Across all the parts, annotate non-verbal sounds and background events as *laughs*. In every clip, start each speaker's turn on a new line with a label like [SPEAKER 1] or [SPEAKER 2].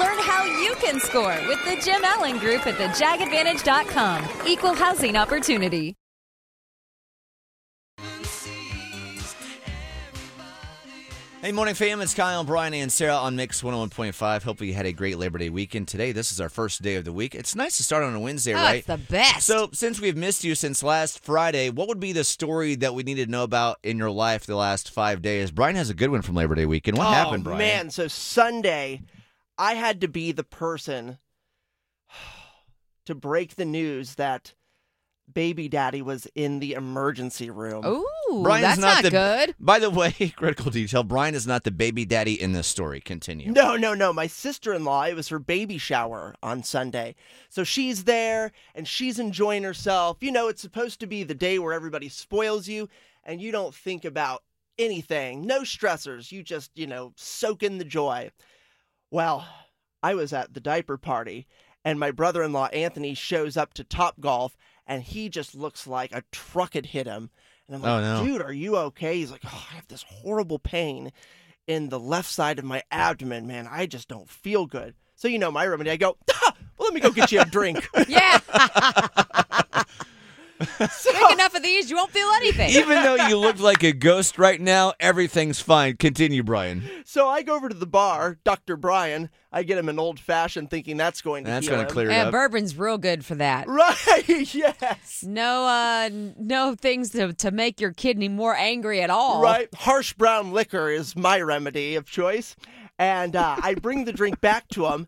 [SPEAKER 1] Learn how you can score with the Jim Allen Group at thejagadvantage.com. Equal housing opportunity.
[SPEAKER 2] Hey, morning fam. It's Kyle, Brian, and Sarah on Mix 101.5. Hopefully, you had a great Labor Day weekend today. This is our first day of the week. It's nice to start on a Wednesday,
[SPEAKER 3] Oh,
[SPEAKER 2] right?
[SPEAKER 3] it's the best.
[SPEAKER 2] So, since we've missed you since last Friday, what would be the story that we needed to know about in your life the last five days? Brian has a good one from Labor Day weekend. What
[SPEAKER 4] oh,
[SPEAKER 2] happened, Brian?
[SPEAKER 4] Man, so Sunday, I had to be the person *sighs* to break the news that baby daddy was in the emergency room.
[SPEAKER 3] Ooh,
[SPEAKER 2] Brian's
[SPEAKER 3] that's not,
[SPEAKER 2] the,
[SPEAKER 3] good.
[SPEAKER 4] *laughs*
[SPEAKER 2] By the way, *laughs* critical detail Brian is not the baby daddy in this story. Continue.
[SPEAKER 4] No, no, no. My sister in law, it was her baby shower on Sunday. So she's there and she's enjoying herself. You know, it's supposed to be the day where everybody spoils you and you don't think about anything, no stressors. You just, you know, soak in the joy. Well, I was at the diaper party and my brother in law, Anthony, shows up to Top Golf and he just looks like a truck had hit him. And I'm like,
[SPEAKER 2] Oh, no.
[SPEAKER 4] dude, are you okay? He's like, oh, I have this horrible pain in the left side of my abdomen, man. I just don't feel good. So you know my remedy. I go, ah, well, let me go get you
[SPEAKER 2] *laughs*
[SPEAKER 4] a drink.
[SPEAKER 3] Yeah. Take enough of these, you won't feel anything.
[SPEAKER 2] *laughs* Even though you look like a ghost right now, everything's fine. Continue, Brian.
[SPEAKER 3] *laughs*
[SPEAKER 4] so I go over to the bar, Dr. Brian. I get him an old fashioned, thinking that's going to
[SPEAKER 2] That's
[SPEAKER 4] heal
[SPEAKER 2] going
[SPEAKER 4] him.
[SPEAKER 2] to clear it
[SPEAKER 3] yeah,
[SPEAKER 2] up.
[SPEAKER 3] bourbon's real good for that.
[SPEAKER 4] *laughs* Right? *laughs* Yes.
[SPEAKER 3] No, uh, no things to, to make your kidney more angry at all.
[SPEAKER 4] Right. Harsh brown liquor is my remedy of choice. And uh, I bring the drink back to him.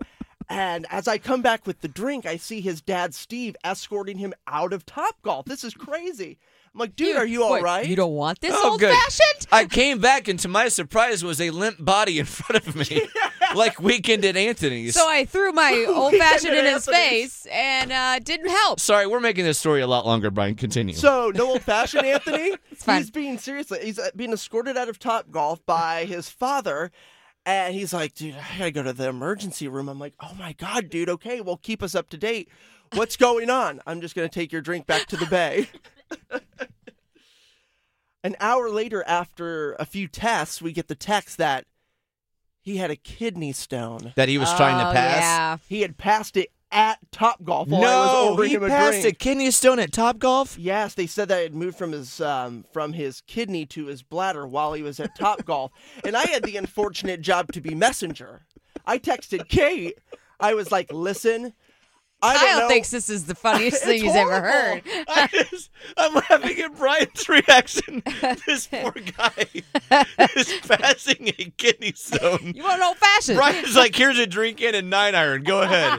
[SPEAKER 4] And as I come back with the drink, I see his dad, Steve, escorting him out of Top Golf. This is crazy. I'm like, dude, are you all
[SPEAKER 3] Wait,
[SPEAKER 4] right?
[SPEAKER 3] You don't want this
[SPEAKER 2] Oh,
[SPEAKER 3] old
[SPEAKER 2] good.
[SPEAKER 3] fashioned?
[SPEAKER 2] I came back, and to my surprise, was a limp body in *laughs* front of me,
[SPEAKER 3] *laughs*
[SPEAKER 2] like Weekend at Anthony's.
[SPEAKER 3] So I threw
[SPEAKER 4] *laughs*
[SPEAKER 3] my old fashioned in his
[SPEAKER 4] Anthony's.
[SPEAKER 3] face and uh, didn't help.
[SPEAKER 2] Sorry, we're making this story a lot longer, Brian. Continue.
[SPEAKER 4] So no
[SPEAKER 2] *laughs*
[SPEAKER 4] old fashioned Anthony.
[SPEAKER 3] fine.
[SPEAKER 4] He's being seriously. He's uh, being escorted out of Top Golf by his father, and he's like, "Dude, I gotta go to the emergency room." I'm like, "Oh my god, dude. Okay, well, keep us up to date. What's going on? I'm just gonna take your drink back to the bay." *laughs* An hour later, after a few tests, we get the text that he had a kidney stone.
[SPEAKER 2] that he was trying
[SPEAKER 3] Oh,
[SPEAKER 2] to pass.
[SPEAKER 3] Yeah.
[SPEAKER 4] He had passed it at Top Golf. While I was
[SPEAKER 2] No,
[SPEAKER 4] ordering
[SPEAKER 2] he
[SPEAKER 4] him a
[SPEAKER 2] passed
[SPEAKER 4] drink.
[SPEAKER 2] a kidney stone at
[SPEAKER 3] *laughs*
[SPEAKER 2] Top Golf.
[SPEAKER 4] Yes, they said that it moved from his um, from his kidney to his bladder while he was at
[SPEAKER 2] *laughs*
[SPEAKER 4] Top Golf, and I had the unfortunate job to be messenger. I texted Kate. I was like, "Listen, I don't
[SPEAKER 3] Kyle
[SPEAKER 4] know."
[SPEAKER 3] thinks this is the funniest
[SPEAKER 4] *laughs* It's
[SPEAKER 3] thing he's ever
[SPEAKER 4] horrible.
[SPEAKER 3] heard.
[SPEAKER 2] I just, I'm laughing at
[SPEAKER 3] *laughs*
[SPEAKER 2] Brian's reaction. This poor guy is passing a kidney *laughs* stone.
[SPEAKER 3] You want an old fashioned?
[SPEAKER 2] Brian's like, here's a drink and a nine iron. Go *laughs* ahead.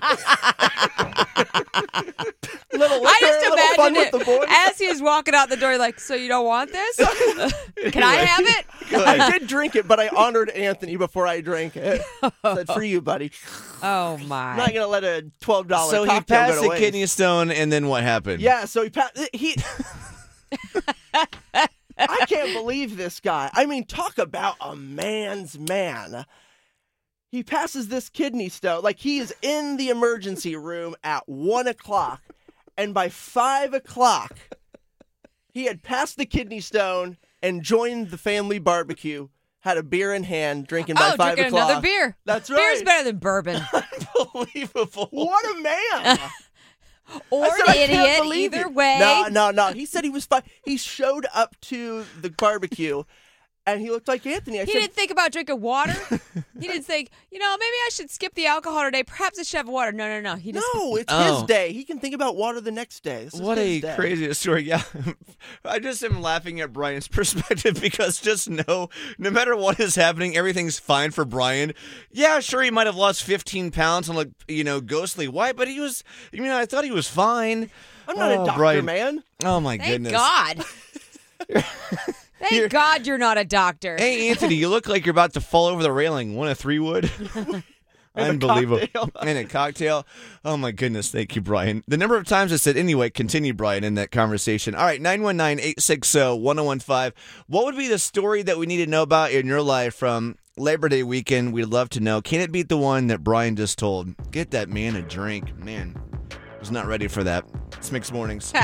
[SPEAKER 4] little liquor,
[SPEAKER 3] I just
[SPEAKER 4] little fun
[SPEAKER 3] imagined
[SPEAKER 4] with
[SPEAKER 3] it
[SPEAKER 4] the boys.
[SPEAKER 3] as he's walking out the door, like, so you don't want
[SPEAKER 4] *laughs*
[SPEAKER 3] this? Can I have it?
[SPEAKER 4] I did drink it, but I honored Anthony before I
[SPEAKER 3] *laughs*
[SPEAKER 4] drank it. Said for you, buddy.
[SPEAKER 3] Oh
[SPEAKER 4] I'm not
[SPEAKER 3] my!
[SPEAKER 4] gonna let a twelve dollar
[SPEAKER 2] so he
[SPEAKER 4] cocktail go
[SPEAKER 2] passed
[SPEAKER 4] to
[SPEAKER 2] a
[SPEAKER 4] waste.
[SPEAKER 2] kidney stone, and then what happened?
[SPEAKER 4] Yeah, so he pa-
[SPEAKER 3] *laughs*
[SPEAKER 4] he. I can't believe this guy. I mean, talk about a man's man. He passes this kidney stone like he is in the emergency room at one o'clock, and by five o'clock, he had passed the kidney stone and joined the family barbecue. Had a beer in hand, drinking by
[SPEAKER 3] oh,
[SPEAKER 4] five
[SPEAKER 3] drinking
[SPEAKER 4] o'clock.
[SPEAKER 3] another beer.
[SPEAKER 4] That's
[SPEAKER 3] Beer's
[SPEAKER 4] right.
[SPEAKER 3] better than
[SPEAKER 4] *laughs*
[SPEAKER 3] bourbon.
[SPEAKER 2] *laughs* Unbelievable.
[SPEAKER 4] What
[SPEAKER 3] *laughs*
[SPEAKER 4] a man!
[SPEAKER 3] Or
[SPEAKER 4] I
[SPEAKER 3] an
[SPEAKER 4] said, "I can't
[SPEAKER 3] idiot.
[SPEAKER 4] believe
[SPEAKER 3] Either
[SPEAKER 4] it."
[SPEAKER 3] way.
[SPEAKER 4] No, no, no. He said he was fine. He showed up to the barbecue, and he looked like Anthony. I
[SPEAKER 3] He
[SPEAKER 4] said,
[SPEAKER 3] didn't think about drinking
[SPEAKER 4] *laughs*
[SPEAKER 3] water. he didn't think, you know, maybe I should skip the alcohol today. Perhaps I should have water. No, no, no. He just
[SPEAKER 4] "No, it's
[SPEAKER 2] Oh.
[SPEAKER 4] his day. He can think about water the next day." This is
[SPEAKER 2] What
[SPEAKER 4] his
[SPEAKER 2] a
[SPEAKER 4] day.
[SPEAKER 2] crazy story. *laughs* Yeah. I just am laughing at Brian's *laughs* perspective because just know no matter what is happening, everything's fine for Brian. Yeah, sure he might have lost fifteen pounds and look, you know, ghostly white, but he was you know, I thought he was fine.
[SPEAKER 4] I'm not
[SPEAKER 2] Oh,
[SPEAKER 4] a doctor,
[SPEAKER 2] Brian.
[SPEAKER 4] man.
[SPEAKER 2] Oh my
[SPEAKER 3] Thank
[SPEAKER 2] goodness.
[SPEAKER 4] *laughs*
[SPEAKER 3] God. Thank
[SPEAKER 2] You're-
[SPEAKER 3] God you're not a doctor.
[SPEAKER 2] Hey Anthony, you look like you're about to fall over the railing. One of three wood.
[SPEAKER 4] And a
[SPEAKER 2] Unbelievable.
[SPEAKER 4] cocktail.
[SPEAKER 2] *laughs* and a cocktail. Oh my goodness. Thank you, Brian. The number of times I said, anyway, continue, Brian, in that conversation. All right, 919 860 1015. What would be the story that we need to know about in your life from Labor Day weekend? We'd love to know. Can it beat the one that Brian just told? Get that man a drink. Man, I was not ready for that. It's mixed mornings.
[SPEAKER 3] *laughs*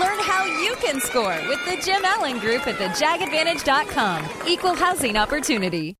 [SPEAKER 1] Learn how you can score with the Jim Allen Group at thejagadvantage.com. Equal housing opportunity.